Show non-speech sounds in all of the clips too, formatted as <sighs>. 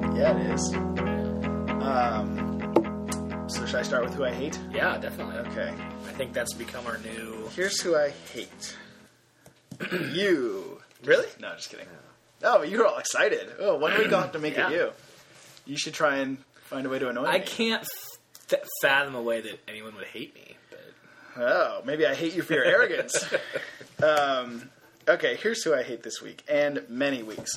podcast. Um, so should I start with who I hate? Yeah, definitely. Okay. I think that's become our new. Here's who I hate. <clears throat> you. Really? No, just kidding. Oh, you were all excited. Oh, one week I'll have to make Yeah. it you. You should try and find a way to annoy I me. can't f- fathom a way that anyone would hate me. But Oh, maybe I hate you for your <laughs> arrogance. um, okay, here's who I hate this week and many weeks.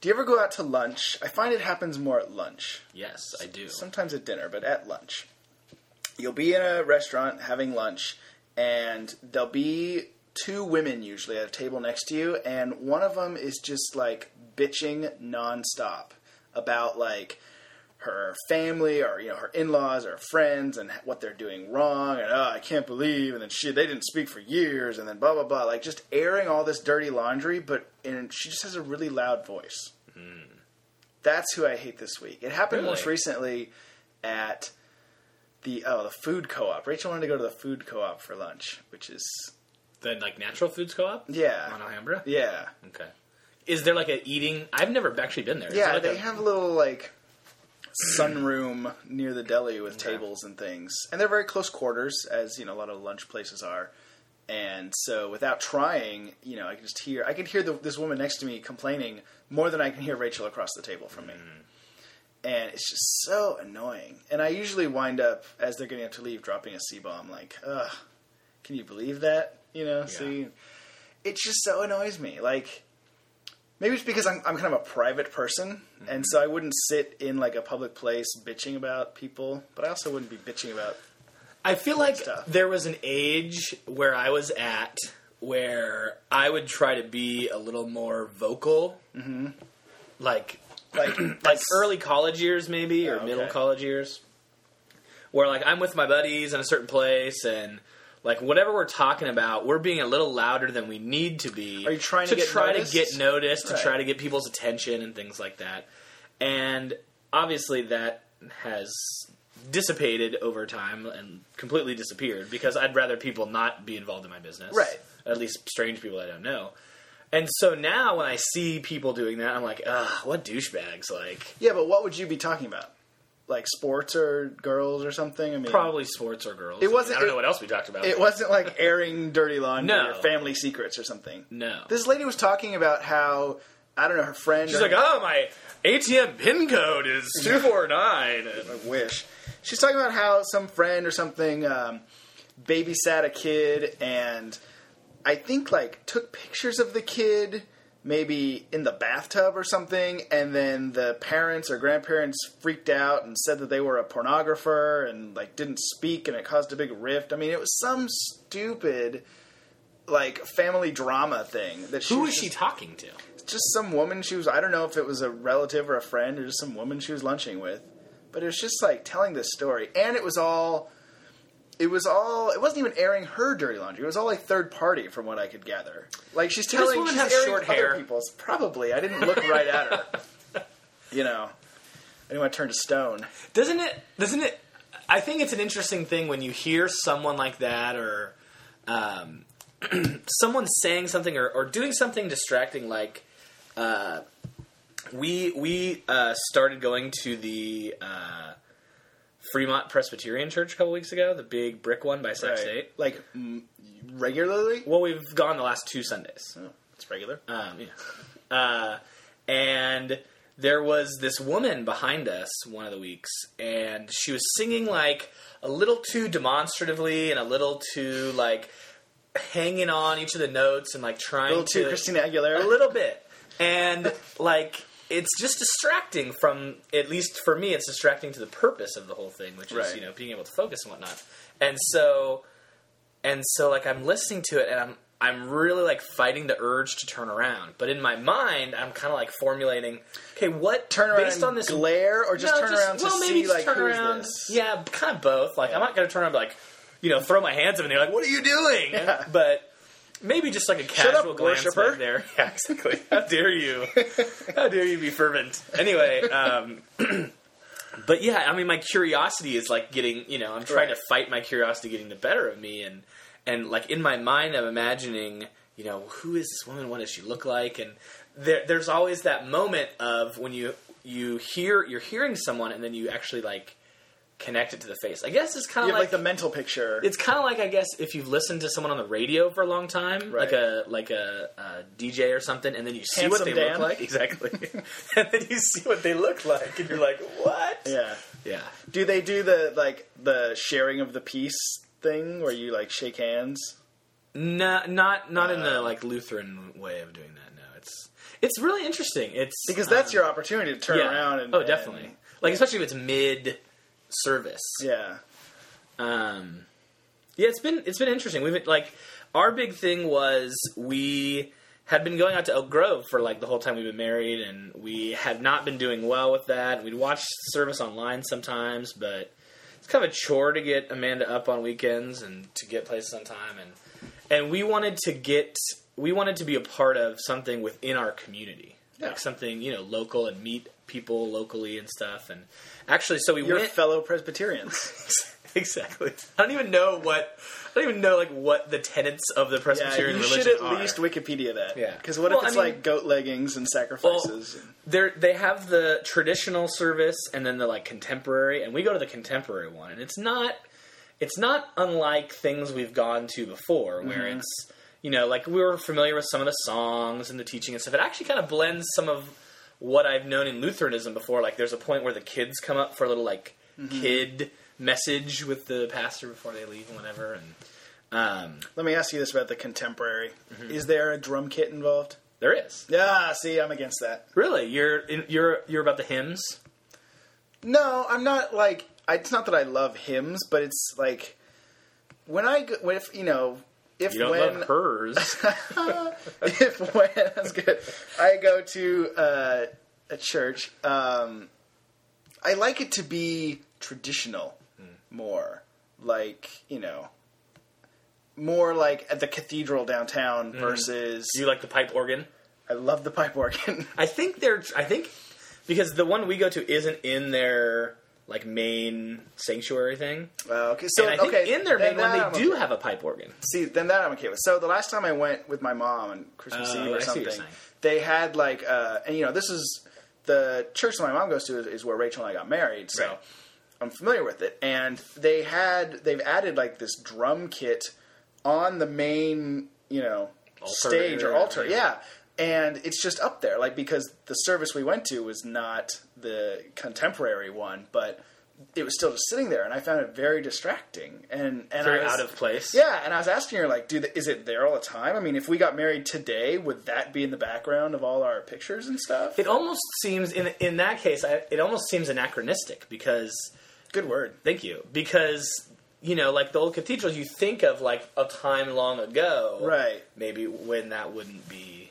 Do you ever go out to lunch? I find it happens more at lunch. yes, I do. sometimes at dinner, but at lunch. You'll be in a restaurant having lunch, and there'll be two women usually at a table next to you, and one of them is just like bitching nonstop about like her family or you know her in-laws or friends and what they're doing wrong and oh I can't believe and then she they didn't speak for years and then blah blah blah like just airing all this dirty laundry but and she just has a really loud voice. That's who I hate this week. It happened Really? most recently at the oh the food co-op. Rachel wanted to go to the food co-op for lunch, which is the like natural foods co-op. yeah on Alhambra. yeah Okay. Is there like a eating? I've never actually been there. Is yeah. there, like, they a- have a little like sunroom near the deli with tables and things, and they're very close quarters, as you know a lot of lunch places are. And so, without trying, you know, I can just hear I can hear the, this woman next to me complaining more than I can hear Rachel across the table from me. and it's just so annoying. And I usually wind up as they're getting up to leave, dropping a C bomb. Like, ugh, can you believe that? You know, see, it just so annoys me. Like, maybe it's because I'm I'm kind of a private person, and so I wouldn't sit in like a public place bitching about people, but I also wouldn't be bitching about. I feel like stuff. there was an age where I was at where I would try to be a little more vocal, mm-hmm. like Like, like early college years maybe or okay. middle college years where like i'm with my buddies in a certain place and like whatever we're talking about we're being a little louder than we need to be Are you trying to get try noticed? to get noticed Right. to try to get people's attention and things like that and obviously that has dissipated over time and completely disappeared because i'd rather people not be involved in my business Right. at least strange people i don't know and so now when I see people doing that, I'm like, ugh, what douchebags? Like, yeah, but what would you be talking about? Like sports or girls or something? I mean, probably sports or girls. It I, mean, wasn't- I don't it- know what else we talked about. It wasn't like airing dirty laundry No. or family secrets or something. No. This lady was talking about how I don't know her friend. She's like, oh, my ATM pin code is 249. <laughs> And- I wish. She's talking about how some friend or something um, babysat a kid and I think like took pictures of the kid maybe in the bathtub or something and then the parents or grandparents freaked out and said that they were a pornographer and like didn't speak and it caused a big rift. I mean, it was some stupid like family drama thing that she Who was is just- she talking to? just some woman she was I don't know if it was a relative or a friend or just some woman she was lunching with. But it was just like telling this story. And it was all it was all it wasn't even airing her dirty laundry. It was all like third party from what I could gather. Like she's telling woman she's have airing short other hair? people's probably. I didn't look right at <laughs> her. You know. I didn't want to turn to stone. Doesn't it? Doesn't it? I think it's an interesting thing when you hear someone like that or um, <clears throat> someone saying something or, or doing something distracting like uh, we we uh, started going to the uh, Fremont Presbyterian Church a couple weeks ago, the big brick one by Sac State. Like m- regularly? Well, we've gone the last two Sundays. Oh, it's regular. Um, yeah. uh, and there was this woman behind us one of the weeks, and she was singing like a little too demonstratively and a little too like hanging on each of the notes and like trying a little too to Christina Aguilera. a little bit, and like. It's just distracting from, at least for me, it's distracting to the purpose of the whole thing, which is Right. you know being able to focus and whatnot. And so, and so like I'm listening to it and I'm I'm really like fighting the urge to turn around, but in my mind I'm kind of like formulating, okay, what turn around based on this glare or just No, turn around to well, see maybe just like turn who's around. this? Yeah, kind of both. Like I'm not gonna turn around and be like you know throw my hands up and they're like, what are you doing? Yeah. But maybe just like a casual up, glance worshiper. back there. <laughs> Yeah, exactly. How dare you? How dare you be fervent? Anyway. um... <clears throat> But yeah, I mean, my curiosity is like getting, you know, I'm trying Right. to fight my curiosity getting the better of me, and and like in my mind, I'm imagining, you know, who is this woman? What does she look like? And there, there's always that moment of when you you hear you're hearing someone and then you actually like connect it to the face. I guess it's You kind have of like, like, the mental picture. it's kind of like I guess if you've listened to someone on the radio for a long time, Right. like a like a, uh DJ or something, and then you see Handsome what they Dan. <laughs> look like exactly, <laughs> and then you see what they look like, and you're like, what? yeah. yeah. Do they do the like the sharing of the piece thing where you like shake hands? No, not not in the Uh, like Lutheran way of doing that. No, it's it's really interesting. It's Because that's um, your opportunity to turn around and oh definitely and- like especially if it's mid service. yeah. Um, yeah, it's been it's been interesting. We've been, like our big thing was we had been going out to Elk Grove for like the whole time we've been married, and we had not been doing well with that. We'd watch service online sometimes, but it's kind of a chore to get Amanda up on weekends and to get places on time, and and we wanted to get we wanted to be a part of something within our community, Yeah. like something you know local and meet people locally and stuff, and actually, so we Your went <laughs> fellow Presbyterians. exactly. I don't even know what I don't even know like what the tenets of the yeah, Presbyterian you religion should at are. least Wikipedia that. Yeah. Because what Well, if it's I mean- like goat leggings and sacrifices? and- They're, they have the traditional service and then the like contemporary, and we go to the contemporary one, and it's not it's not unlike things we've gone to before, where it's you know like we were familiar with some of the songs and the teaching and stuff. It actually kind of blends some of what I've known in Lutheranism before. Like there's a point where the kids come up for a little like kid message with the pastor before they leave and whatever, and um, Let me ask you this about the contemporary. Mm-hmm. Is there a drum kit involved? there is. Yeah, see, I'm against that. Really, you're in, you're you're about the hymns. No, I'm not like. I, it's not that I love hymns, but it's like when I go, when if you know if You don't when love <laughs> hers. if <laughs> when that's good, I go to uh, a church. Um, I like it to be traditional more, like you know, more like at the cathedral downtown versus. Do Mm-hmm. you like the pipe organ? I love the pipe <laughs> organ. I think they're. I think because the one we go to isn't in their like main sanctuary thing. Uh, okay, so and I think okay, in their main then one they that I'm do okay. have a pipe organ. See, then that I'm okay with. So the last time I went with my mom on Christmas Oh, Eve I or see what you're something, saying. they had like, uh, and you know, this is the church that my mom goes to is, is where Rachel and I got married, so Right. I'm familiar with it. And they had they've added like this drum kit on the main, you know, Altar stage or area, altar, yeah. yeah. And it's just up there, like because the service we went to was not the contemporary one, but it was still just sitting there, and I found it very distracting and and Very I was, out of place. yeah, and I was asking her, like, dude, is it there all the time? I mean, if we got married today, would that be in the background of all our pictures and stuff? It almost seems in in that case. I, it almost seems anachronistic because Good word. Thank you. Because you know, like the old cathedrals, you think of like a time long ago, Right. Maybe when that wouldn't be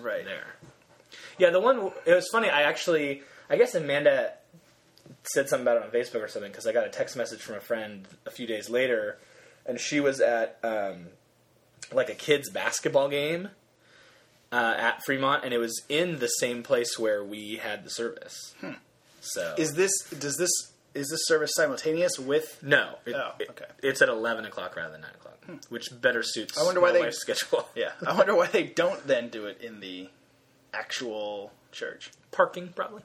Right. there. Yeah, the one it was funny. I actually, I guess Amanda said something about it on Facebook or something because I got a text message from a friend a few days later, and she was at um, like a kids basketball game uh, at Fremont, and it was in the same place where we had the service. So Hmm. Is this, does this, is this service simultaneous with, no. It, Oh, it- okay. Hmm. it's at 11 o'clock rather than 9 o'clock, which better suits I wonder my why they- wife's schedule. <laughs> yeah, I wonder why they don't then do it in the actual church. Parking, probably.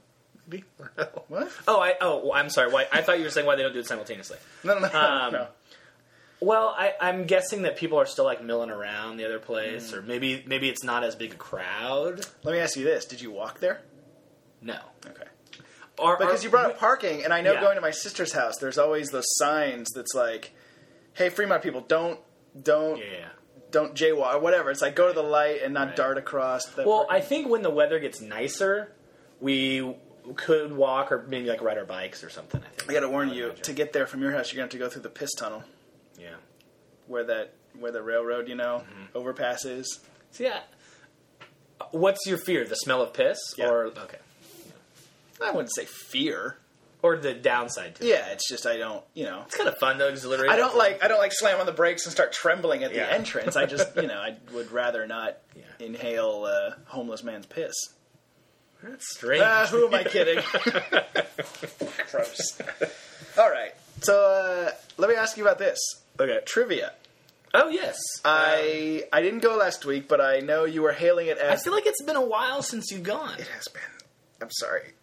Maybe. <laughs> What? Oh, I, oh, well, I'm sorry. Why, I thought you were saying why they don't do it simultaneously. No, no, no, Um, no. Well, I, I'm guessing that people are still like milling around the other place, or maybe maybe it's not as big a crowd. Let me ask you this. Did you walk there? No, Okay. Are- Because are- you brought up parking, and I know Yeah. going to my sister's house, there's always those signs that's like, hey, Fremont people, don't, don't, Yeah. yeah. don't jaywalk or whatever. It's like go to the light and not Right. dart across. The Well, I think when the weather gets nicer, we could walk or maybe like ride our bikes or something. I think. I gotta warn would you imagine. to get there from your house, you're gonna have to go through the piss tunnel yeah. where that where the railroad, you know, Mm-hmm. overpass is. So yeah. What's your fear? The smell of piss, Yeah. or okay, I wouldn't say fear. or the downside to it? Yeah, it's just I don't, you know, It's kind of fun though, exhilarating. I don't like I don't like slam on the brakes and start trembling at the Yeah. entrance. I just, you know, I <laughs> would rather not Yeah. inhale a homeless man's piss. That's strange. Ah, who am I <laughs> kidding? Gross. All right, so uh, let me ask you about this okay. trivia. Oh yes. I I didn't go last week, but Um, I know you were hailing it I as feel like it's been a while since you've gone. it has been. I'm sorry.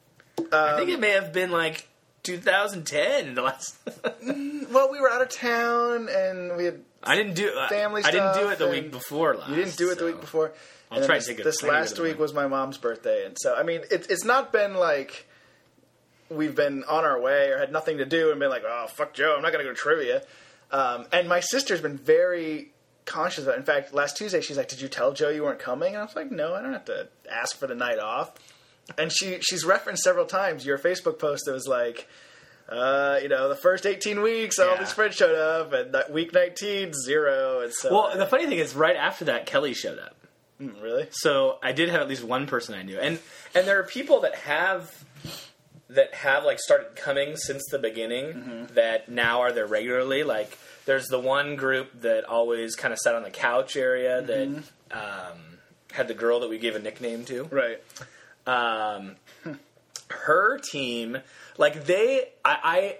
I Um, think it may have been like 2010. The <laughs> last Well, we were out of town and we had I didn't do I- Family I didn't do stuff it the week and- before. Last, You didn't do it the so. week before. I'll And then try to this, take a This tiny bit last of week one. was my mom's birthday, and so I mean, it, it's not been like we've been on our way or had nothing to do and been like, oh fuck Joe, I'm not gonna go to trivia. Um, and my sister's been very conscious about. It. In fact, last Tuesday she's like, "Did you tell Joe you weren't coming?" And I was like, "No, I don't have to ask for the night off." And she she's referenced several times your Facebook post that was like. Uh, you know, the first 18 weeks, all Yeah. these friends showed up, and that week 19, zero. And so, Well, the funny thing is, right after that, Kelly showed up. Mm, really? So I did have at least one person I knew, and and there are people that have that have like started coming since the beginning Mm-hmm. that now are there regularly. Like there's the one group that always kind of sat on the couch area Mm-hmm. that um, had the girl that we gave a nickname to. Right. um, her team, like they, I, I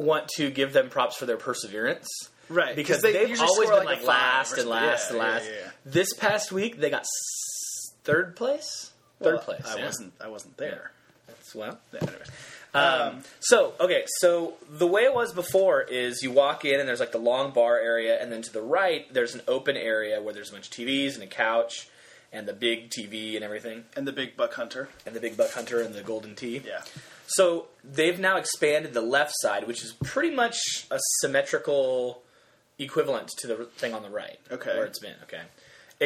want to give them props for their perseverance. Right, Because 'cause they they have usually always score been like like, a five last or and something. last and Yeah, yeah, last. yeah. This past week, they got s- third place. Third Well, place. I yeah. wasn't. I wasn't there. That's well. Yeah, anyways. Um, so okay, so the way it was before is you walk in and there's like the long bar area, and then to the right there's an open area where there's a bunch of TVs and a couch, and the big TV and everything, And the big buck hunter. and the big buck hunter and the golden tee. Yeah. So they've now expanded the left side, which is pretty much a symmetrical equivalent to the thing on the right. Okay. where it's been. Okay,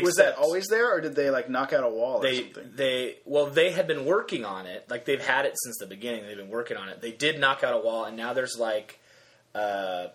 Was that Except always there, or did they like knock out a wall or They something? they well they had been working on it like they've had it since the beginning. They've been working on it. They did knock out a wall, and now there's like uh,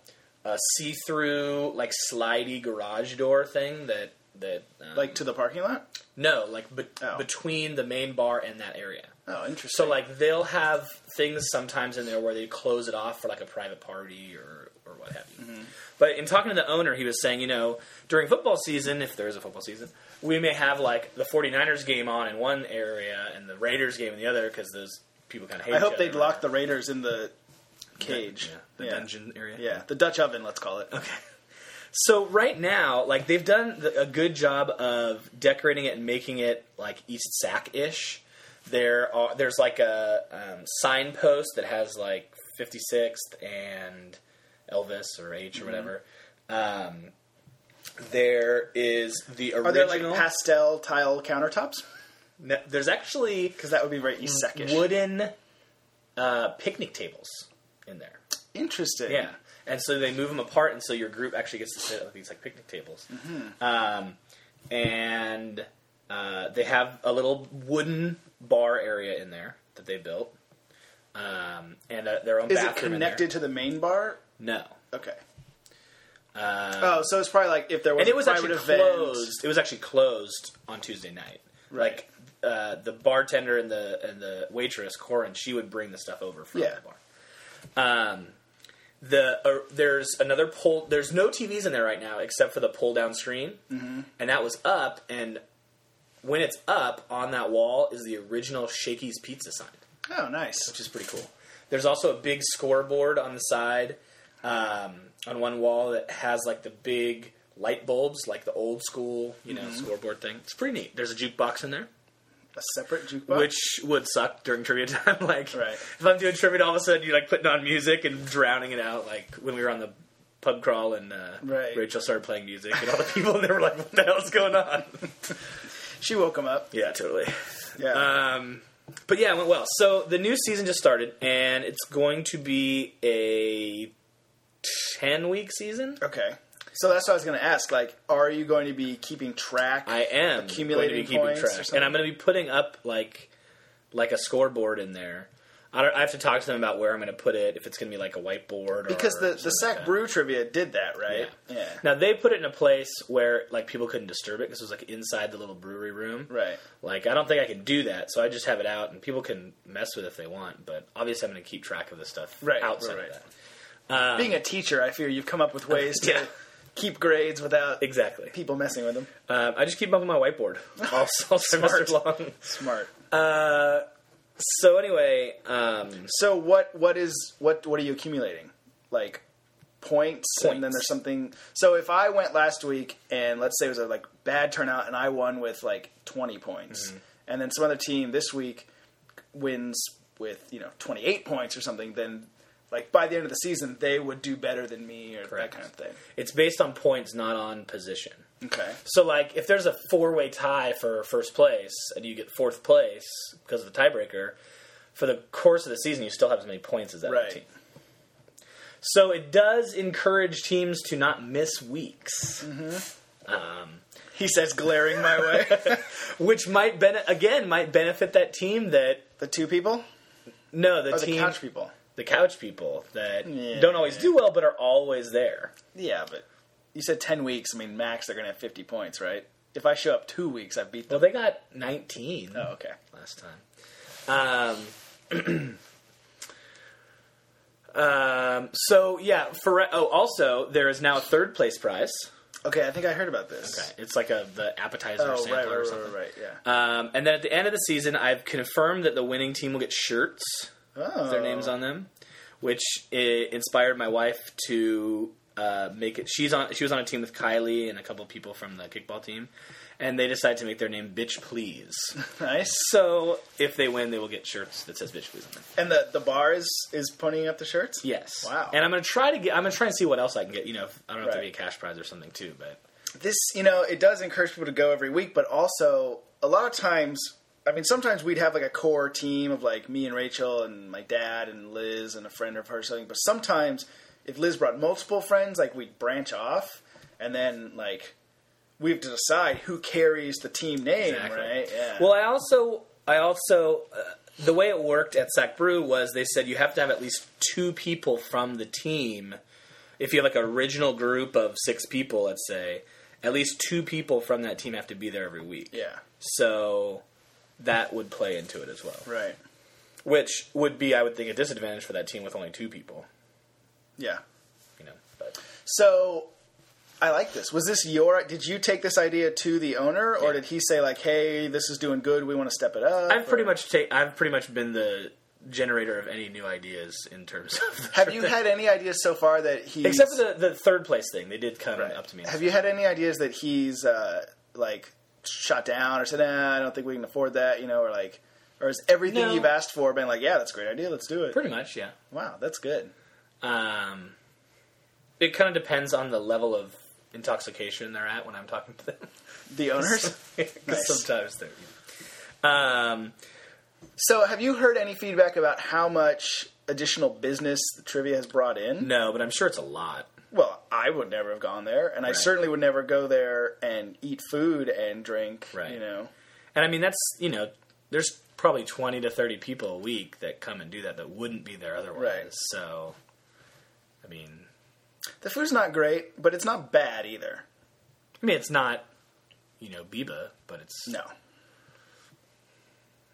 a see through like slidey garage door thing that that um, Like to the parking lot? no like be- Oh. between the main bar and that area. Oh, interesting. So like they'll have things sometimes in there where they close it off for like a private party or or what have Mm-hmm. you. But in talking to the owner, he was saying, you know, during football season, if there is a football season, we may have like the 49ers game on in one area and the Raiders game in the other because those people kind of hate I each hope other they'd lock the Raiders in the cage. yeah, the dungeon area. Yeah, the Dutch oven. Let's call it. Okay. So right now, like they've done the, a good job of decorating it and making it like East Sac ish. There are there's like a um, signpost that has like 56th and Elvis or H Mm-hmm. or whatever. Um, there is the original. Are there like pastel tile countertops? No, there's actually Because that would be right east second. wooden uh, picnic tables in there. Interesting. Yeah, and so they move them apart, and so your group actually gets to sit at these like picnic tables. Mm-hmm. Um, and uh, they have a little wooden bar area in there that they built, um, and uh, their own Is it bathroom. in there. connected to the main bar? No. Okay. Uh, Oh, so it's probably like if there was and a it was actually private event. closed. It was actually closed on Tuesday night. Right. Like uh, the bartender and the and the waitress Corin, she would bring the stuff over from Yeah. the bar. Um, the uh, there's another pull. There's no TVs in there right now except for the pull down screen, Mm-hmm. and that was up. And when it's up on that wall is the original Shakey's Pizza sign, Oh, nice. which is pretty cool. There's also a big scoreboard on the side, um, on one wall that has like the big light bulbs, like the old school, you know, scoreboard thing. It's pretty neat. There's a jukebox in there A separate jukebox. which would suck during trivia <laughs> time. like, Right. if I'm doing trivia, all of a sudden you're like putting on music and drowning it out. Like when we were on the pub crawl and uh, Right. Rachel started playing music, and all the <laughs> people in there were like, "What the hell's going on?" she woke him up. yeah, totally. Yeah. Um, but yeah, it went well. So the new season just started, and it's going to be a ten week season. Okay. So that's what I was going to ask. Like, are you going to be keeping track? I am Accumulating going to be keeping points or track, something? and I'm going to be putting up like like a scoreboard in there. I, don't, I have to talk to them about where I'm going to put it. If it's going to be like a whiteboard, because or the the something Sack like that. Brew trivia did that, right? Yeah. Now they put it in a place where like people couldn't disturb it because it was like inside the little brewery room. right. Like I don't think I can do that, so I just have it out, and people can mess with it if they want. But obviously, I'm going to keep track of this stuff Right, outside right, of right. that. Being a teacher, I fear you've come up with ways to Uh, Yeah. keep grades without Exactly. people messing with them. Um, I just keep them up on my whiteboard <laughs> all, all semester long. Smart. So anyway, um, So what what is what what are you accumulating? Like points, and then Points. there's something. So if I went last week and let's say it was a like bad turnout Mm-hmm. and I won with like 20 points, and then some other team this week wins with you know 28 points or something, then like by the end of the season they would do better than me or Correct. that kind of thing. It's based on points, not on position. Okay. So, like, if there's a four way tie for first place and you get fourth place because of the tiebreaker, for the course of the season, you still have as many points as that other Right. team. So, it does encourage teams to not miss weeks, Mm. He says, glaring my way. <laughs> which might, bene- again, might benefit that team that, the two people, no, the or the team, couch people. the couch people that Yeah. don't always do well but are always there. Yeah, but you said 10 weeks. I mean, max they're gonna have 50 points, right? If I show up two weeks, I beat them. Well, they got 19. Oh, okay. last time. Um, <clears throat> um, so yeah, for oh, also there is now a third place prize. Okay, I think I heard about this. It's like a the appetizer Oh, sampler right, right, or right, something. right, right, yeah. Um, and then at the end of the season, I've confirmed that the winning team will get shirts oh. with their names on them, which i inspired my wife to uh, make it. She's on. She was on a team with Kylie and a couple people from the kickball team, and they decided to make their name "Bitch Please." Nice. so if they win, they will get shirts that says "Bitch Please" on them. And the the bar is is ponying up the shirts. Yes. Wow. And I'm gonna try to get. I'm gonna try and see what else I can get. You know, if- I don't know if Right. there'll be a cash prize or something too. But this you know it does encourage people to go every week but also a lot of times i mean sometimes we'd have like a core team of like me and rachel and my dad and liz and a friend of hers or something but sometimes if liz brought multiple friends like we'd branch off and then like we have to decide who carries the team name Exactly. right yeah well, I also, I also, uh, the way it worked at Sac Brew was they said you have to have at least two people from the team. If you have like an original group of six people, let's say, at least two people from that team have to be there every week. yeah So that would play into it as well, right which would be, I would think, a disadvantage for that team with only two people. yeah You know, but. so i like this was this your did you take this idea to the owner or did he say like hey this is doing good we want to step it up I've pretty or- much ta- I've pretty much been the generator of any new ideas in terms of. Have you had any ideas so far that he's except for the, the third place thing? They did come up to me. Have you had any ideas that he's uh, like shot down or said, nah, "I don't think we can afford that," you know, or like, or is everything No. you've asked for been like, "Yeah, that's a great idea, let's do it." pretty much, yeah. Wow, that's good. Um, it kind of depends on the level of intoxication they're at when I'm talking to them. <laughs> The owners. 'Cause Nice. Sometimes they're. you know. Um, so, have you heard any feedback about how much additional business the trivia has brought in? no, but I'm sure it's a lot. Well, I would never have gone there, and I Right. certainly would never go there and eat food and drink. Right. You know. And I mean, that's you know, there's probably twenty to thirty people a week that come and do that that wouldn't be there otherwise. Right. So, I mean, The food's not great, but it's not bad either. I mean, it's not, you know, Biba, but it's No.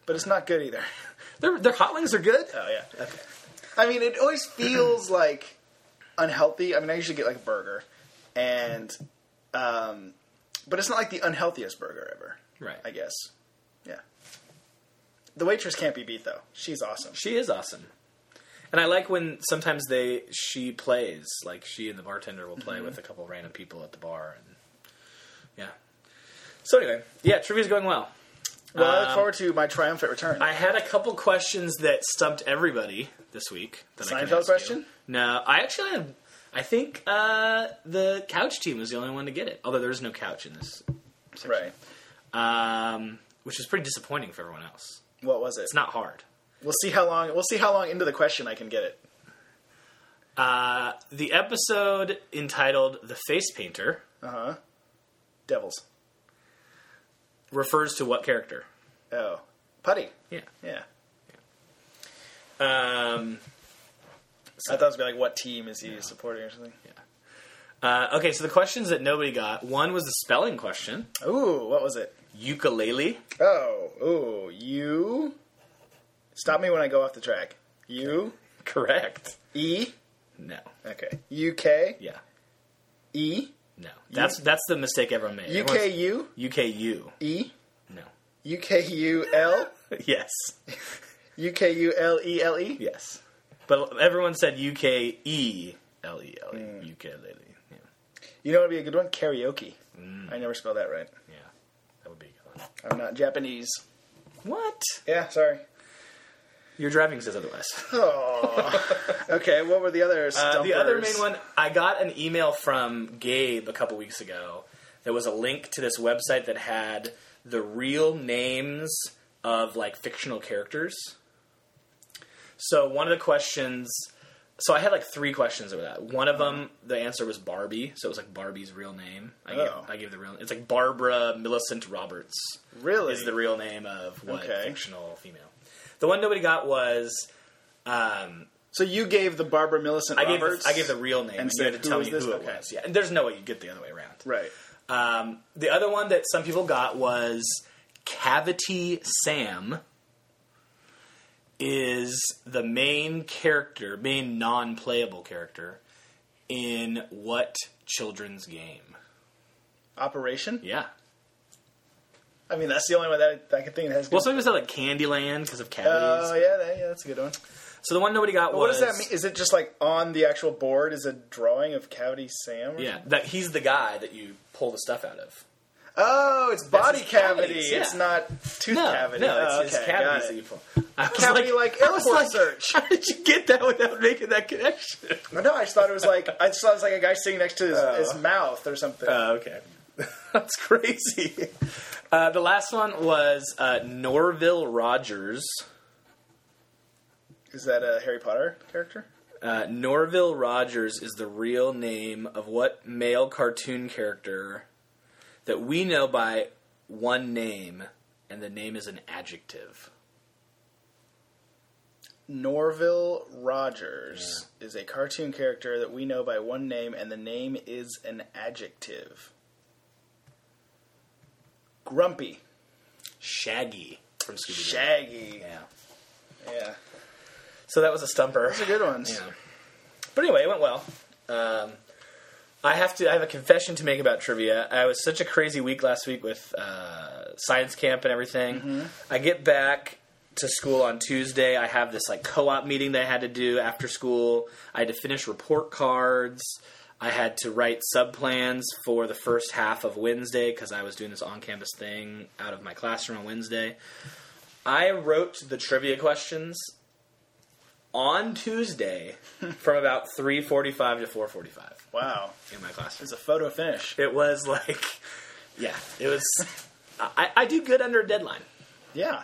But it's not good either. <laughs> Their their hot wings are good. Oh yeah. Okay. I mean, it always <clears throat> feels like unhealthy. I mean, I usually get like a burger, and um, but it's not like the unhealthiest burger ever. Right. I guess. Yeah. The waitress can't be beat though. She's awesome. She is awesome, and I like when sometimes they she plays like she and the bartender will Mm-hmm. play with a couple random people at the bar and yeah. So anyway, yeah, trivia's going well. Well, I Um, look forward to my triumphant return. I had a couple questions that stumped everybody this week. That I can Seinfeld ask question? you. No, I actually had. I think uh, the couch team was the only one to get it. Although there is no couch in this, right. um, which is pretty disappointing for everyone else. What was it? It's not hard. we'll see how long. We'll see how long into the question I can get it. Uh, the episode entitled The Face Painter Uh huh. Devils. refers to what character? Oh, putty. Yeah. Yeah. Um, I thought it was gonna be like what team is he supporting or something. uh, okay, so the questions that nobody got one was the spelling question Ooh, what was it? ukulele. Oh, ooh, you. Stop me when I go off the track. U Correct. E. No. Okay. U K Yeah. E No. That's that's the mistake everyone made. U K U Everyone's- UKU. E No. <laughs> U K U L yes. U K U L E L E. Yes. But everyone said UKE. L E L E. Ukulele. Yeah. You know what would be a good one? Karaoke. I never spelled that right. Mm. Yeah. That would be a good one. I'm not Japanese. What? Yeah, sorry. Your driving says otherwise. Okay, what were the other stumpers? Uh, the other main one, I got an email from Gabe a couple weeks ago. There was a link to this website that had the real names of like fictional characters. So one of the questions, so I had like three questions over that. One of them, the answer was Barbie, so it was like Barbie's real name. I, gave, Oh. I gave the real. It's like Barbara Millicent Roberts Really? is the real name of what Okay. fictional female. The one nobody got was um, so you gave the Barbara Millicent I gave, Roberts. I gave the real name, and and, you had said, to "Who tell is me this?" who it Okay. was. Yeah, and there's no way you get the other way around. right. Um, the other one that some people got was Cavity Sam is the main character, main non-playable character in what children's game? Operation. Yeah. I mean, that's the only one that I can think that has. Well, some people said like Candyland because of cavities. Oh yeah, that, yeah, that's a good one. So the one nobody got What was does that mean? Is it just like on the actual board is a drawing of Cavity Sam? or- Yeah, that he's the guy that you pull the stuff out of. Oh, it's body his cavity. cavities, yeah. It's not <laughs> tooth No, cavity. no, it's, Oh, it's okay, cavities got that it. you <laughs> pull. I was Cavity like I was airport like, search. How did you get that without making that <laughs> connection? No, no, I just thought it was like I just thought it was like a guy sitting next to his, Oh. his mouth or something. Uh, okay, <laughs> that's crazy. Uh, the last one was uh, Norville Rogers. Is that a Harry Potter character? Uh, Norville Rogers is the real name of what male cartoon character that we know by one name, and the name is an adjective. Norville Rogers is a cartoon character that we know by one name, and the name is an adjective. Grumpy, Shaggy from Scooby Doo. shaggy. yeah. Yeah, So that was a stumper. those are good ones. Yeah. But anyway, it went well. Um, I have to. I have a confession to make about trivia. I was such a crazy week last week with uh, science camp and everything. I get back to school on Tuesday. I have this like co-op meeting that I had to do after school. I had to finish report cards. I had to write sub plans for the first half of Wednesday because I was doing this on-campus thing out of my classroom on Wednesday. I wrote the trivia questions on Tuesday from about 3:45 to 4:45 Wow, in my classroom. it's a photo finish. It was like yeah, it was I, I do good under a deadline. Yeah,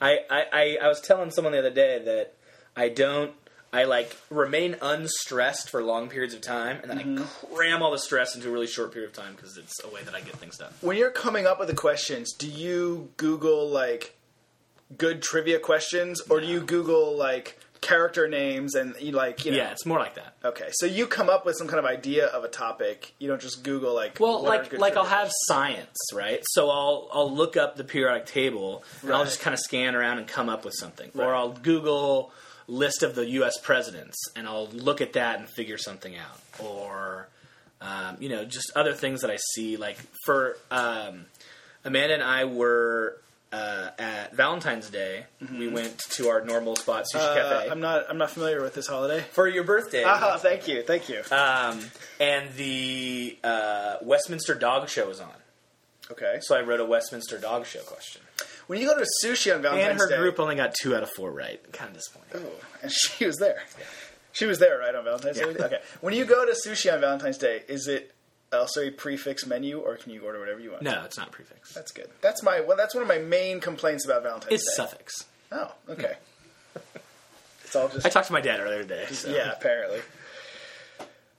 I, I, I, I was telling someone the other day that I don't I like remain unstressed for long periods of time and then I cram all the stress into a really short period of time because it's a way that I get things done. when you're coming up with the questions, do you Google like good trivia questions, or do you Google like character names and you like you know? Yeah, it's more like that. Okay, so you come up with some kind of idea of a topic. You don't just Google like Well, what are like good like I'll trivia have science, right? So I'll I'll look up the periodic table and I'll Right. just kind of scan around and come up with something. Or Right. I'll Google list of the U.S. presidents and I'll look at that and figure something out. Or um, you know, just other things that I see. Like for um, Amanda and I were. Uh, at Valentine's Day, we went to our normal spot, Sushi Mm-hmm. Uh, Cafe, I'm not. I'm not familiar with this holiday. for your birthday. <laughs> Ah, thank you, thank you. Um, and the uh, Westminster Dog Show was on. okay, so So I wrote a Westminster dog show question. when you go to sushi on And Valentine's her Day, group only got two out of four right. Kind of disappointing. Ooh, and <laughs> she was there. She was there, right on Valentine's Day. Yeah. Okay, when you go to sushi on Valentine's Day, is it also a prefix menu, or can you order whatever you want? No, it's not prefix. that's good. That's my. Well, that's one of my main complaints about Valentine's It's Day. suffix. Oh, <laughs> okay. it's all just I talked to my dad earlier today. So. yeah. Apparently.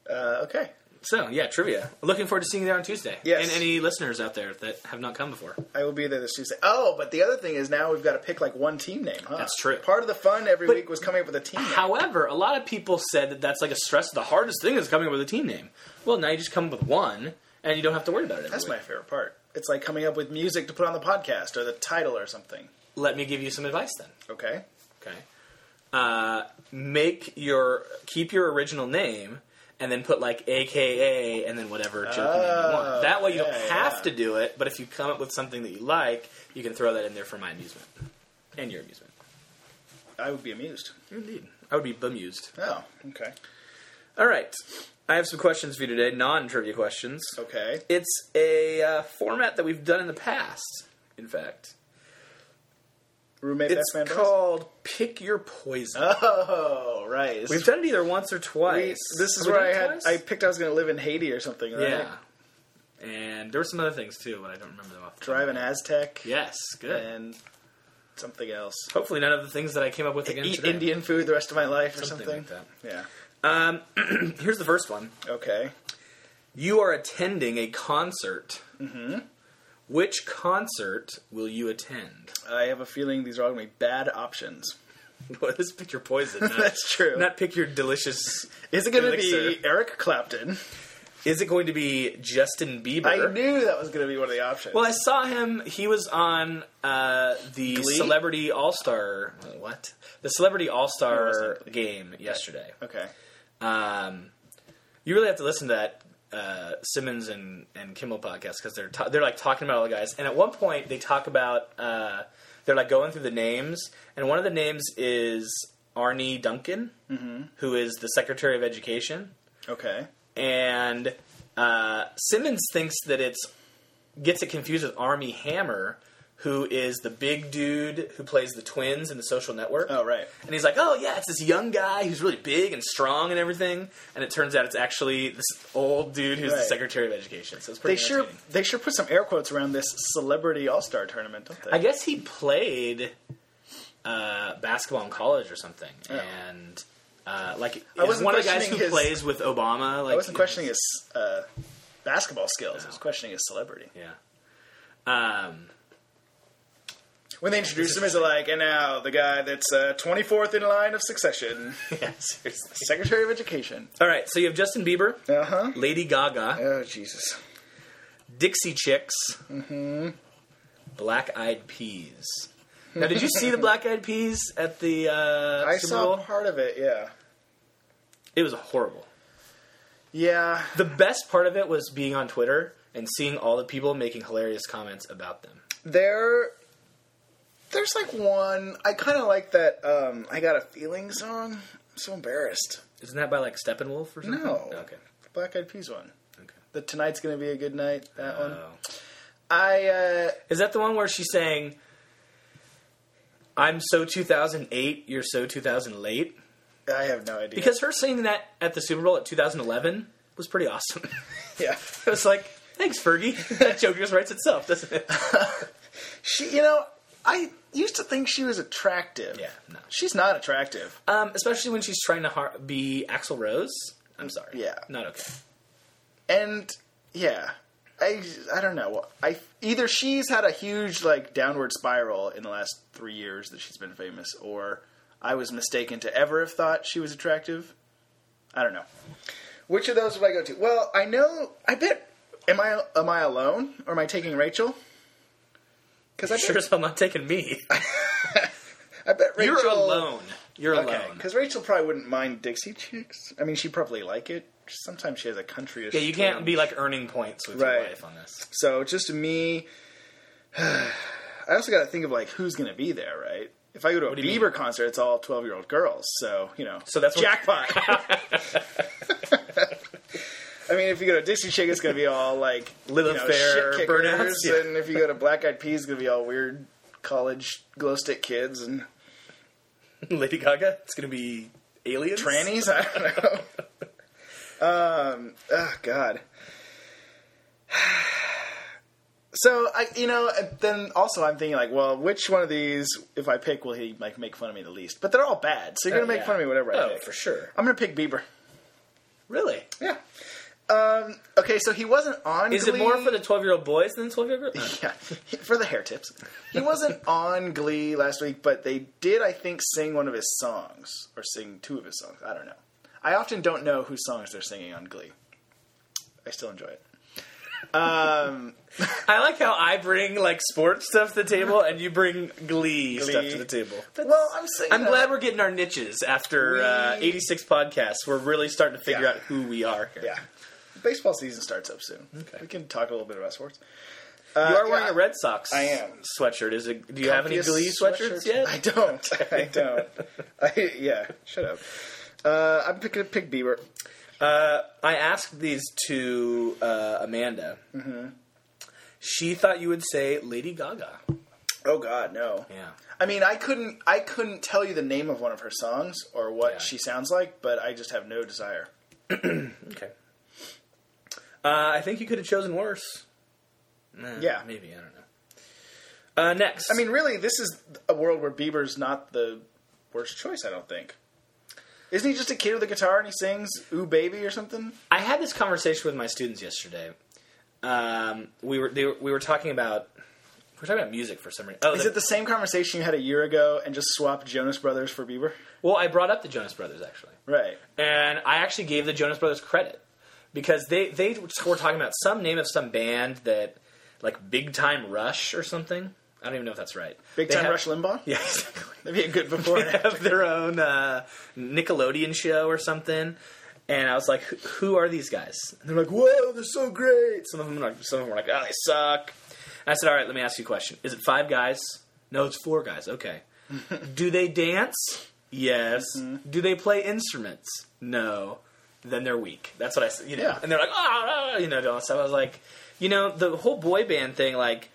Uh, okay. So yeah, trivia. Looking forward to seeing you there on Tuesday. Yes. And any listeners out there that have not come before. I will be there this Tuesday. Oh, but the other thing is now we've got to pick like one team name. Huh? That's true. Part of the fun every But- week was coming up with a team name. However, a lot of people said that that's like a stress. The hardest thing is coming up with a team name. Well, now you just come up with one, and you don't have to worry about it. every That's my week. favorite part. It's like coming up with music to put on the podcast or the title or something. Let me give you some advice then. Okay. Okay. Uh, make your keep your original name and then put like AKA and then whatever joke name you want. That way you Oh, yeah, don't have yeah. to do it, but if you come up with something that you like, you can throw that in there for my amusement and your amusement. I would be amused. Indeed, I would be bemused. Oh, okay. All right, I have some questions for you today, non-trivia questions. Okay. It's a uh, format that we've done in the past. In fact, Roommate It's best man boss? called Pick Your Poison. <laughs> Oh, right. This We've is- done it either once or we- twice. this is Have we where done I it had twice? I picked I was going to live in Haiti or something, right? Yeah. And there were some other things too, but I don't remember them off the top Drive of an my head. Aztec Yes, good. and something else. Hopefully, none of the things that I came up with again Eat today. Indian food the rest of my life or Something something. like Yeah. Here's the first one. Okay. You are attending a concert. Mm-hmm. Which concert will you attend? <laughs> I have a feeling these are all going to be bad options. Well, this pick your poison. <laughs> Not, <laughs> That's true. Not pick your delicious. Is it going to be Elixir. Eric Clapton? Is it going to be Justin I Bieber? knew that was going to be one of the options. well, I saw him. He was on uh, the Glee? Celebrity All Star. What? The Celebrity All Star wasn't Glee. game yesterday. okay. Um, you really have to listen to that uh, Simmons and, and Kimmel podcast because they're ta- they're like talking about all the guys. And at one point, they talk about uh, they're like going through the names, and one of the names is Arnie Duncan, who is the Secretary of Education, Okay. and uh, Simmons thinks that it's gets it confused with Army Hammer. Who is the big dude who plays the twins in the social network? Oh, right. And he's like, "Oh yeah, it's this young guy who's really big and strong and everything." And it turns out it's actually this old dude who's the Right. secretary of education. So it's pretty. They sure entertaining. they sure put some air quotes around this celebrity all star tournament, don't they? I guess he played uh, basketball in college or something, and uh, like I Oh. wasn't one of the guys who questioning his- plays with Obama. Like I he <laughs> wasn't questioning was- his uh, basketball skills. I was questioning his celebrity. Yeah. Um, When they introduced him as like, and now the guy that's uh, 24th in line of succession, yeah. Seriously. Secretary of Education. All right. So you have Justin Bieber, Uh huh. Lady Gaga, Oh Jesus. Dixie Chicks, Mm-hmm. Black Eyed Peas. Now, did you see the Black Eyed Peas at the uh, I Super saw Bowl? part of it. Yeah. It was horrible. Yeah. The best part of it was being on Twitter and seeing all the people making hilarious comments about them. There. There's like one. I kind of like that. Um, I got a feeling song. I'm so embarrassed. Isn't that by like Steppenwolf or something? No. Okay. Black Eyed Peas one. Okay. The tonight's gonna be a good night. That one. Oh. I. Uh, Is that the one where she's saying, "I'm so 2008, you're so 2000 late"? I have no idea. Because her singing that at the Super Bowl at 2011 was pretty awesome. <laughs> <laughs> yeah. it was like, "Thanks, Fergie." <laughs> That joke just writes itself, doesn't <laughs> it? She, you know, I used to think she was attractive. Yeah, no. She's not attractive. Um, especially when she's trying to har- be Axl Rose. I'm sorry. Yeah. Not okay. <laughs> And yeah, I I don't know. I either she's had a huge like downward spiral in the last 3 years that she's been famous or I was mistaken to ever have thought she was attractive. I don't know. Which of those would I go to? Well, I know I bet am I am I alone or am I taking Rachel? Cuz I bet, Sure as hell not taking me. I bet <laughs> Rachel You're alone. You're Okay, alone. because Rachel probably wouldn't mind Dixie Chicks. I mean, she probably like it. Sometimes she has a country. Yeah, you can't be like earning points with your Right. life on <laughs> this. So just me. <sighs> I also got to think of like who's going to be there, right? If I go to a do you Bieber concert, it's all twelve-year-old girls. So you know, So that's what- <laughs> jackpot. <laughs> I mean, if you go to Dixie Chick, it's going to be all like Lilith you know, Fair shit burnouts, kickers, yeah. and if you go to Black Eyed Peas, it's going to be all weird college glow stick kids and Lady Gaga. It's gonna be aliens. trannies. I don't know. <laughs> um, oh God. <sighs> So I, you know, and then also I'm thinking like, well, which one of these, if I pick, will he like make fun of me the least? But they're all bad, so you're gonna make yeah. fun of me whatever Oh, I pick Uh, for sure. I'm gonna pick Bieber. Really? Yeah. Um, okay, so he wasn't on. Is it Glee. more for the twelve-year-old boys than twelve-year-old <laughs> girls? Yeah, for the hair tips. <laughs> He wasn't on Glee last week, but they did, I think, sing one of his songs or sing two of his songs. I don't know. I often don't know whose songs they're singing on Glee. I still enjoy it. I like how I bring like sports stuff to the table, and you bring Glee, stuff to the table. well, I'm saying uh, I'm that- glad we're getting our niches after uh, We- 86 podcasts. We're really starting to figure Yeah. out who we are here. Yeah, baseball season starts up soon. Okay. we can talk a little bit about sports. Uh, You are wearing yeah. a Red Sox I am. sweatshirt. Is it? Do you have any Comfiest Glee sweatshirts, yet? I <laughs> don't. I don't. I, yeah, shut up. Uh, I'm picking pick Bieber. Uh, I asked these Mm-hmm. to uh, Amanda. She thought you would say Lady Gaga. Oh God, no. Yeah. I mean, I couldn't I couldn't tell you the name of one of her songs or what Yeah. she sounds like, but I just have no desire. Okay. Uh, I think you could have chosen worse. Eh, Yeah. Maybe I don't know. Uh, next. I mean, really, this is a world where Bieber's not the worst choice. I don't think. Isn't he just a kid with a guitar and he sings "Ooh Baby" or something? I had this conversation with my students yesterday. Um, we were they, were- we were talking about we were talking about music for some reason. Oh, Is the- it the same conversation you had a year ago and just swapped Jonas Brothers for Bieber? well, I brought up the Jonas Brothers actually. Right. and I actually gave the Jonas Brothers credit because they they were talking about some name of some band that like Big Time Rush or something. I don't even know if that's right. Big They time have- Rush Limbaugh. <laughs> Yeah, exactly. That'd be a good <laughs> before. They have their own uh, Nickelodeon show or something. And I was like, "Who- "Who are these guys?" And they're like, "Whoa, they're so great." Some of them like, some of them were like, "Oh, they suck." And I said, "All right, let me ask you a question. Is it five guys? No, it's four guys. Okay. Do they dance? Yes. Do they play instruments? No. Then they're weak. That's what I said. You know. Yeah. And they're like, "Ah, ah," you know, all that stuff." I was like, you know, the whole boy band thing, like.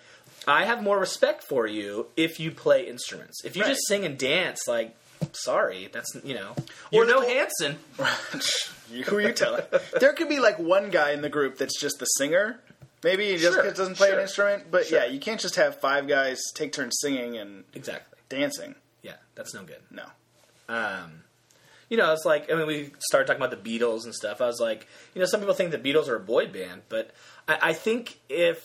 I have more respect for you if you play instruments. If you Right. just sing and dance, like, sorry, that's you know, you're the no whole- Hanson. You- Who are you telling? there could be like one guy in the group that's just the singer. Maybe he just Sure, doesn't play an sure, instrument, but sure. yeah, you can't just have five guys take turns singing and Exactly. dancing. Yeah, that's no good. No. Um, you know, it's like I mean, we started talking about the Beatles and stuff. I was like, you know, some people think the Beatles are a boy band, but I, I think if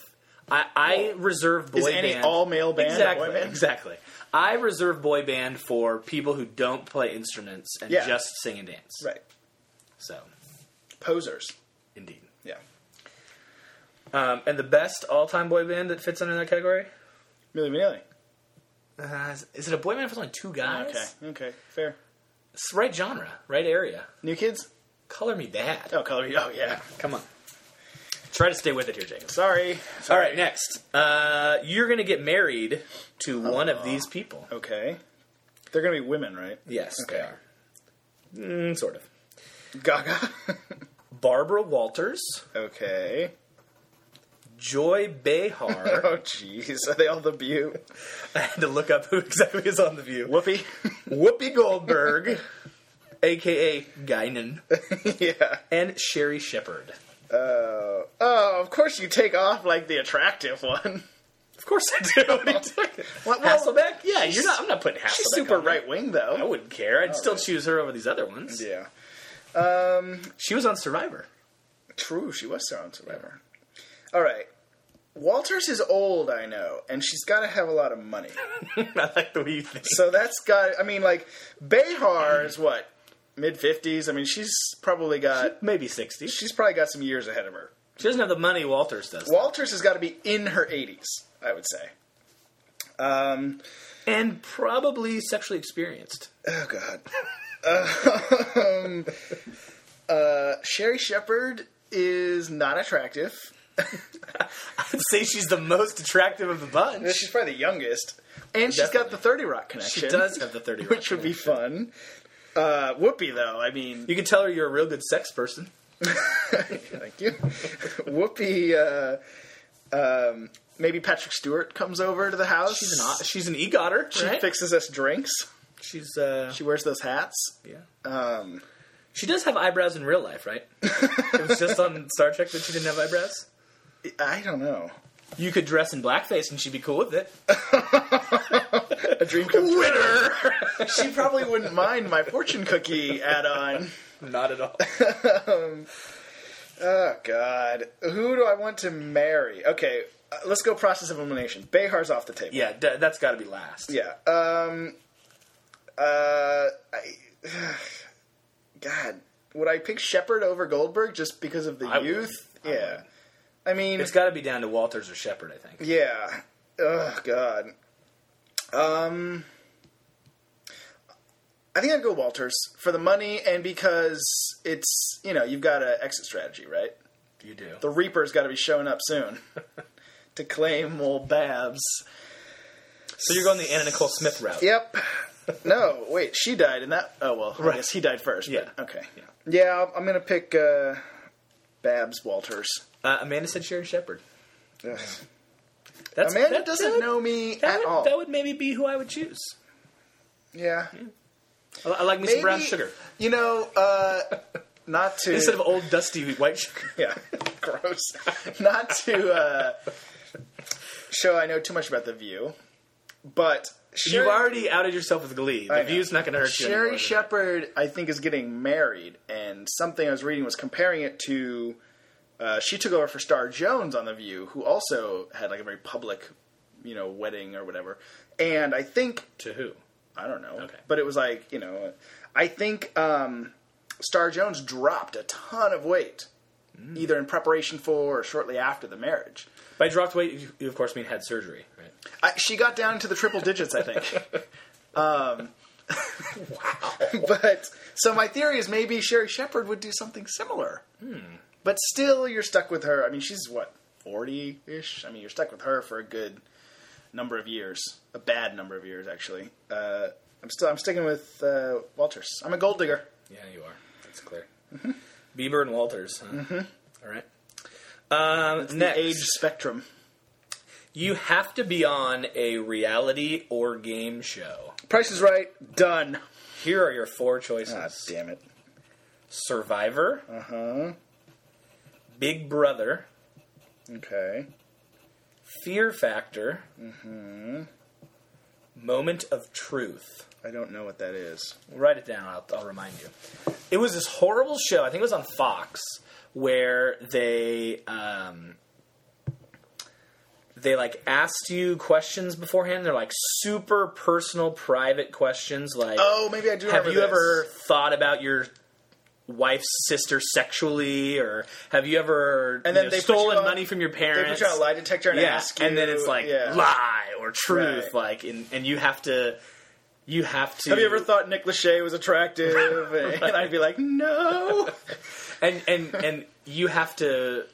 I, I reserve boy is any band all-male band a boy exactly band? exactly. I reserve boy band for people who don't play instruments and Yeah. just sing and dance. Right. So, Posers. indeed. Yeah. Um, and the best all-time boy band that fits under that category. Millie Vanilli. Uh, is, is it a boy band if it's only two guys? Okay. Okay. Fair. It's the right genre, right area. New Kids. Color me bad. Oh, color. Oh, yeah. Come on. Try to stay with it here, Jacob. Sorry. All Sorry. right, next. Uh, you're going to get married to one of these people. Okay. They're gonna be women, right? Yes, they Okay. are. Mm, sort of. Gaga. Barbara Walters, okay. Joy Behar. <laughs> Oh, jeez. Are they all the Butte? I had to look up who exactly is on The View. Whoopi. <laughs> Whoopi Goldberg, <laughs> a.k.a. Guinan, yeah. and Sherry Shepard. Oh. Oh, of course you take off like the attractive one. Of course I do. What are <laughs> <laughs> you talking- Well, well, Hasselbeck? Yeah, you're not. I'm not putting Hasselbeck. She's super on there. right wing I though. wouldn't care. I'd still right. choose her over these other ones. Oh, Yeah. She was on Survivor. <laughs> True, she was still on Survivor. All right. Walters is old, I know, and she's got to have a lot of <laughs> money. I like the way you think. so that's got. I mean, like Behar is what mid fifties. I mean, she's probably got. Maybe 60. She She's probably got some years ahead of her. doesn't have the money Walters does. Walters has got to be in her eighties, I would say. Um. and probably sexually experienced. <laughs> Oh God. <laughs> um, uh, Sherry Shepard is not attractive. I'd say she's the most attractive of the bunch. She's probably the youngest, and she's got Definitely. the Thirty Rock connection. She does have the 30 <laughs> which would be fun. Uh, Whoopi, though, I mean, You can tell her you're a real good sex person. <laughs> thank you. <laughs> Whoopi, uh, um, maybe Patrick Stewart comes over to the house. She's an o- she's an egotter, she right? fixes us drinks. she's uh She wears those hats. yeah. Um, She does have eyebrows in real life, <laughs> right? it was just on Star Trek that she didn't have eyebrows. I don't know. You could dress in blackface and she'd be cool with it. <laughs> A dream comes winner. she probably wouldn't mind my fortune cookie add-on. Not at all. Oh God, who do I want to marry? Okay, uh, let's go process of elimination. Behar's off the <laughs> table. Yeah, d- that's got to be last. Yeah. Um. Uh. I, <sighs> God, would I pick Shepard over Goldberg just because of the I would. youth? I yeah. would. I mean, It's got to be down to Walters or Shepard, I think. yeah. Oh God. Um. I think I'd go Walters for the money and because it's you know you've got an exit strategy right. You do. The Reaper's got to be showing up <laughs> soon to claim old Babs. So you're going the Anna Nicole Smith route. Yep. No, wait. She died, and that. Oh well. I Right. guess he died first. but- Yeah. okay. Yeah. Yeah. I'm- I'm gonna pick uh, Babs Walters. Uh, Amanda said Sharon Shepard. Ugh. That's, A man who that- doesn't that would- know me that at would, all. That would maybe be who I would choose. yeah. I, I like me some brown sugar You know, uh, not to instead of old dusty white <laughs> sugar. yeah, gross. not to uh, show I know too much about the View, but Sherry, You've already outed yourself with Glee. The I know. view's not going to hurt you. Sherry anymore. Shepard, I think, is getting married, and something I was reading was comparing it to. Uh, she took over for Star Jones on The View, who also had like a very public, you know, wedding or whatever. And I think to who? I don't know. Okay. But it was like, you know, I think um, Star Jones dropped a ton of weight, Hmm. either in preparation for or shortly after the marriage. By dropped weight, you, you of course mean had surgery, right? I, she got down into the triple digits, I think. <laughs> um, <laughs> But so my theory is maybe Sherry Shepard would do something similar. Hmm. But still, you're stuck with her. I mean, she's what forty ish. I mean, you're stuck with her for a good number of years, a bad number of years actually. Uh, I'm still I'm sticking with uh, Walters. I'm a gold digger. Yeah, you are. That's clear. Mm-hmm. Bieber and Walters. Huh? All right. Um, next, The age spectrum. you have to be on a reality or game show. Price is right. Done. Here are your four choices: Ah, damn it. Survivor, uh-huh. Big Brother, Okay. Fear Factor, Mm-hmm. Moment of Truth. I don't know what that is. Write it down. I'll, I'll remind you. It was this horrible show. I think it was on Fox, where they um, they like asked you questions beforehand. They're like super personal, private questions. Like, Oh, maybe I do. have remember you this. ever thought about your wife's sister sexually, or have you ever And you know, then they put you stolen on- money from your They parents? put you on a lie detector and yeah, ask you, and then it's like yeah. lie or truth, Right. like, and, and you have to, you have to. Have you ever thought Nick Lachey was attractive? <laughs> And I'd be like, no. and and and you have to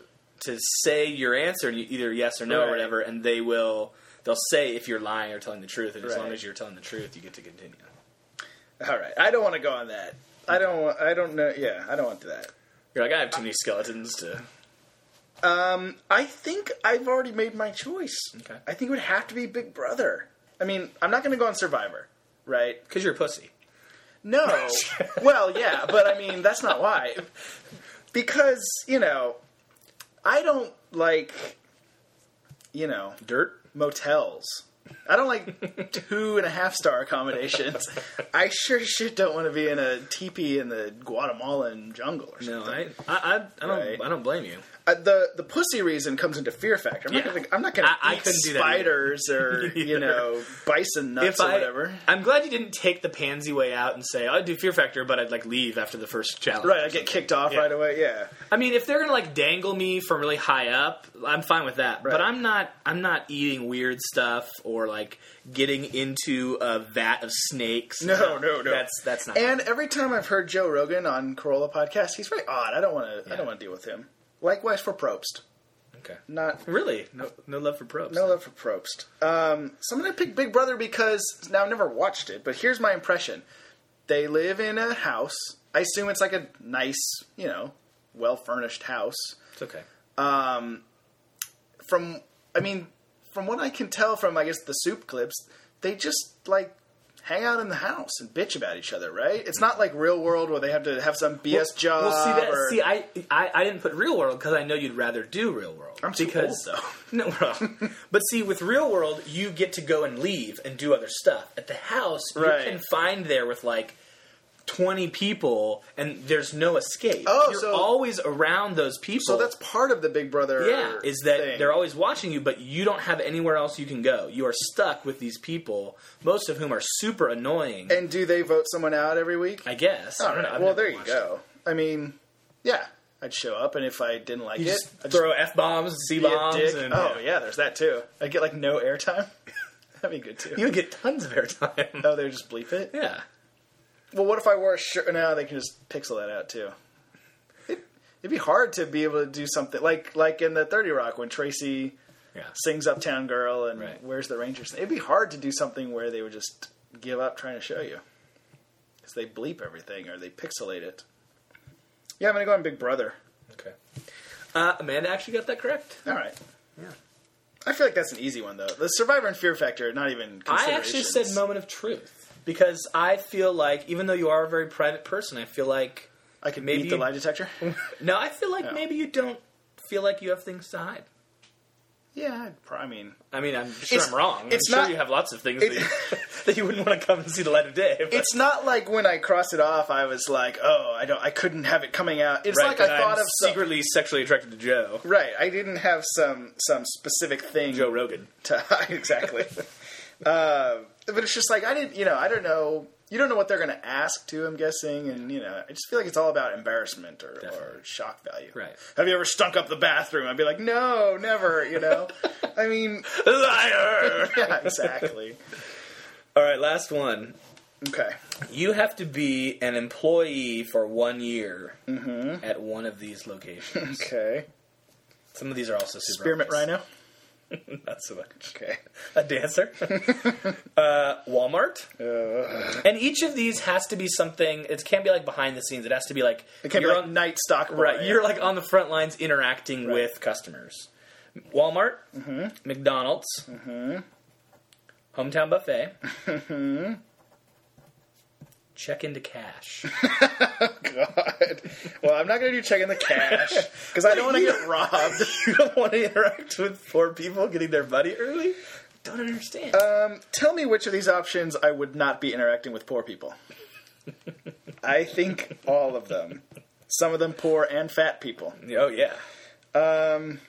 to say your answer, you- either yes or no Right. or whatever, and they will they'll say if you're lying or telling the truth, and as long Right. as you're telling the truth, you get to continue. <laughs> All right, I don't want to go on that. I don't. wa- I don't know. Yeah, I don't want that. You're like, I have too many skeletons <laughs> to. I think I've already made my choice. Okay. I think it would have to be Big Brother. I mean, I'm not going to go on Survivor, right? Because you're a pussy. No. <laughs> well, yeah, but I mean, that's not why. Because you know, I don't like, you know, Dirt? motels. I don't like two and a half star accommodations. I sure shit don't want to be in a teepee in the Guatemalan jungle or No, something. I, I, I, I don't, Right. I don't blame you. Uh, the the pussy reason comes into fear factor. I'm Yeah. not gonna, I'm not gonna I- I eat couldn't do that spiders <laughs> or you Either. know bison nuts or whatever. I, I'm glad you didn't take the pansy way out and say I'd do Fear Factor, but I'd like leave after the first challenge. Right, I get kicked off Yeah. right away. Yeah, I mean, if they're gonna like dangle me from really high up, I'm fine with that. Right. But I'm not. I'm not eating weird stuff or like getting into a vat of snakes. No, no, no. That's that's not. and every time I've heard Joe Rogan on Corolla podcast, he's very odd. I don't want to. I Yeah. don't want to deal with him. Likewise for Probst. okay. Not Really, no, no love for probes. No love for Probst. Um, so I'm going to pick Big Brother because now I've never watched it, but here's my impression. They live in a house. I assume it's like a nice, you know, well furnished house. it's okay. From, I mean, from what I can tell from, I guess, the soup clips, they just like hang out in the house and bitch about each other, right? It's not like real world where they have to have some BS job. Well, see that. or- See, I, I I didn't put real world because I know you'd rather do real world. I'm too because old, <laughs> no, well, but see, with real world, you get to go and leave and do other stuff. At the house, Right. you can find there with like. 20 people and there's no escape. Oh, You're so- always around those people. so that's part of the Big Brother. yeah, is that thing. they're always watching you but you don't have anywhere else you can go. You are stuck with these people, most of whom are super annoying. And do they vote someone out every week? I guess. I All don't know. right. I've Well, never there you watched it. go. I mean, yeah, I'd show up, and if I didn't like You it, just I'd throw f bombs, c be a bombs, dick. and oh <laughs> yeah. there's that too. I get like no airtime. <laughs> That'd be good too. you would get tons of airtime. <laughs> <laughs> oh, they would just bleep it. yeah, Well, what if I wore a shirt? No, they can just pixel that out too. It, it'd be hard to be able to do something like like in the Thirty Rock when Tracy yeah. sings "Uptown Girl" and Right. "Where's the Rangers." It'd be hard to do something where they would just give up trying to show you because they bleep everything or they pixelate it. Yeah, I'm gonna go on Big Brother. Okay. Uh, Amanda actually got that correct. All right. Yeah. I feel like that's an easy one though. The Survivor and Fear Factor, are not even. I actually considerations. said moment of truth because I feel like even though you are a very private person, I feel like I could maybe beat the you- lie <laughs> detector. no, I feel like Yeah. maybe you don't feel like you have things to hide. yeah, I'd pro- I mean, I mean, I'm sure It's- I'm wrong. it's I'm not- sure you have lots of things it- that <laughs> you, <laughs> that you wouldn't want to come and see the light of day. but- it's not like when I crossed it off, I was like, oh, I don't, I couldn't have it coming out. It's Right, like that I thought I'm of some, secretly sexually attracted to Joe, right. I didn't have some some specific thing Joe <laughs> Rogan. to hide exactly. uh, but it's just like I didn't, you know, I don't know. You don't know what they're going to ask to. I'm guessing, and you know, I just feel like it's all about embarrassment or, or Definitely. shock value. Right. Have you ever stunk up the bathroom? I'd be like, no, never. <laughs> You know, I mean, Liar. yeah, exactly. All right, last one. Okay. You have to be an employee for one year Mm-hmm. at one of these locations. Okay. Some of these are also super Spearmint obvious. Rhino. <laughs> Not so much. Okay. A <laughs> dancer. uh, Walmart. And each of these has to be something. It can't be like behind the scenes. It has to be like It can be you're like on- night stock. Oh right. bar, You're yeah. like on the front lines interacting with customers. Walmart. McDonald's. Hometown buffet. Mm-hmm. Check into cash. God. Well, I'm not going to do checking the cash because I don't want to get robbed. <laughs> <laughs> you don't want to interact with poor people getting their money early. Uh, Don't understand. Um, tell me which of these options I would not be interacting with poor people. I think all of them. Some of them poor and fat people. oh yeah. Um, Um,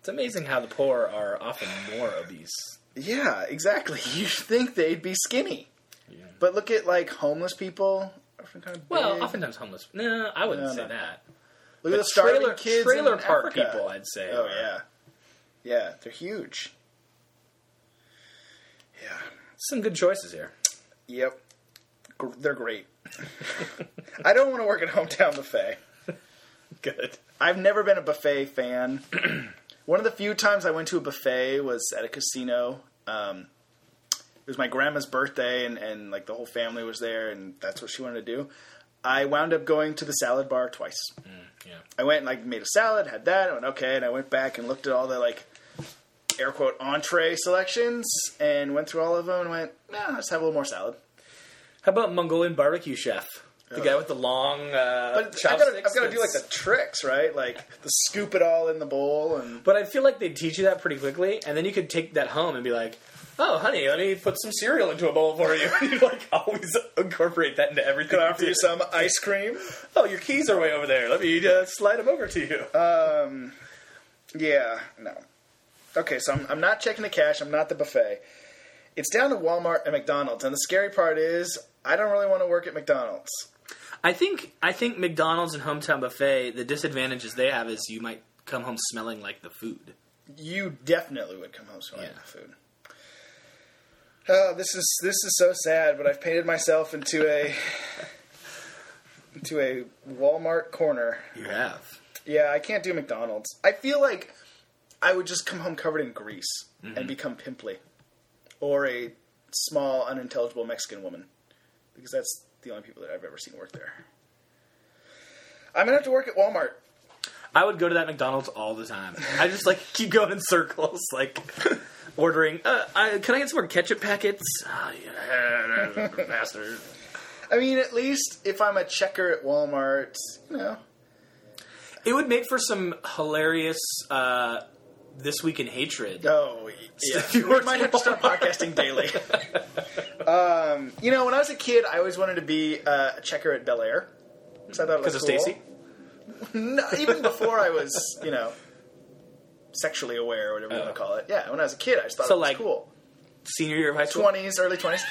it's amazing how the poor are often more obese. Yeah, exactly. <laughs> You'd think they'd be skinny. But look at like homeless people. often kind of Well, big. oftentimes homeless. No, I wouldn't No, say no. that. look at the starving Trailer, kids trailer in park Africa. people, I'd say. Oh are- yeah, yeah, they're huge. Yeah. some good choices here. Yep. Gr- <laughs> They're great. I don't want to work at Hometown Buffet. Good. I've never been a buffet fan. <clears throat> One of the few times I went to a buffet was at a casino. Um, it was my grandma's birthday, and, and like the whole family was there, and that's what she wanted to do. I wound up going to the salad bar twice. Yeah. I went and like made a salad, had that, I went okay, and I went back and looked at all the like air quote entree selections, and went through all of them, and went, nah, let's have a little more salad. How about Mongolian barbecue chef? The guy with the long uh, But I've got, to, chopsticks. I've got to do like the that's- tricks, right? Like the scoop it all in the bowl and But I feel like they teach you that pretty quickly, and then you could take that home and be like, "Oh, honey, let me put some cereal into a bowl for you." <laughs> you like always incorporate that into everything. could you offer do. you some ice cream. Oh, your keys are way over there. Let me uh, slide them over to you. Yeah, no. Okay, so I'm, I'm not checking the cash. I'm not the buffet. It's down to Walmart and McDonald's, and the scary part is I don't really want to work at McDonald's. I think I think McDonald's and Hometown Buffet, the disadvantages they have is you might come home smelling like the food. You definitely would come home smelling Yeah. the food. Oh, this is this is so sad, but I've painted myself into a into a Walmart corner. You have. Yeah, I can't do McDonald's. I feel like I would just come home covered in grease and become pimply, or a small, unintelligible Mexican woman, because that's the only people that I've ever seen work there. I'm gonna have to work at Walmart. I would go to that McDonald's all the time. I just like <laughs> keep going in circles, like <laughs> ordering. Uh, I, can I get some more ketchup packets? <laughs> Ah, yeah, <laughs> Faster. I mean, at least if I'm a checker at Walmart, you know. It would make for some hilarious uh, this week in hatred. Oh, yeah. If you you worked <laughs> might have at to start Walmart. podcasting daily. <laughs> um, you know, when I was a kid, I always wanted to be uh, a checker at Bel Air. Because I thought it Because looked of cool. Stacy. No, even before I was, you know, sexually aware or whatever you want to call it. Yeah, when I was a kid, I just thought Oh. So, it was like- cool. Senior year of high school. Twenties, <laughs> early twenties.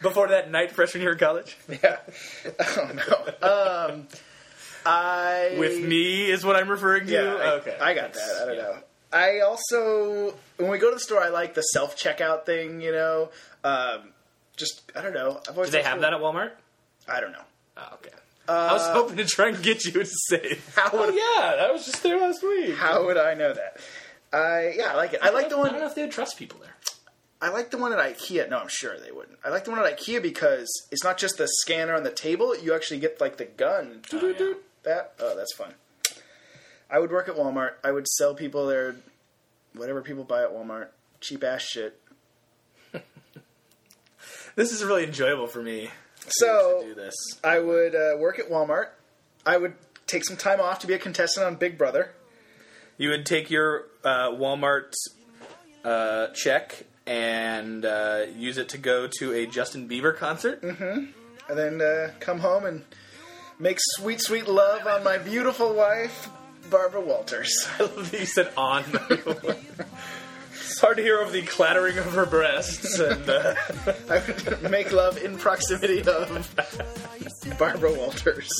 Before that night, freshman year of college. yeah. Oh no. Um, I With me is what I'm referring to. Oh, Yeah, I, okay. I got that. I don't know. I also, when we go to the store, I like the self checkout thing. You know, um, just I don't know. I've always Do they thought have it that was at Walmart? cool. I don't know. Oh, okay. I was hoping to try and get you to say, Uh, <laughs> How "Oh would- yeah, that was just there last week." How would I know that? I yeah, I like it. I like the I one don't know if they would trust people there. I like the one at IKEA. No, I'm sure they wouldn't. I like the one at IKEA because it's not just the Oh, scanner on the table. You actually get like the gun. yeah. That oh, that's fun. I would work at Walmart. I would sell people their whatever people buy at Walmart, cheap ass shit. This is really enjoyable for me. So to do this. I would uh, work at Walmart. I would take some time off to be a contestant on Big Brother. You would take your uh, Walmart uh, check and uh, use it to go to a Justin Bieber concert. and then uh, come home and make sweet, sweet love on my beautiful wife, Barbara Walters. <laughs> <laughs> you said on. it's hard to hear over the clattering of her breasts. And uh, <laughs> I would <laughs> make love in proximity of Barbara Walters.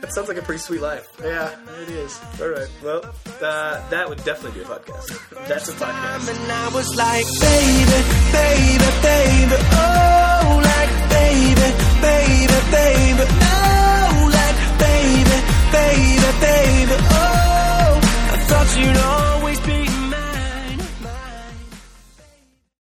that sounds like a pretty sweet life. Yeah, it is. All right. Well, uh, that would definitely be a podcast. That's a podcast. And I was like, baby, baby, baby, oh, like, baby, baby, baby, oh, like, baby, baby, baby, oh, I thought you'd always.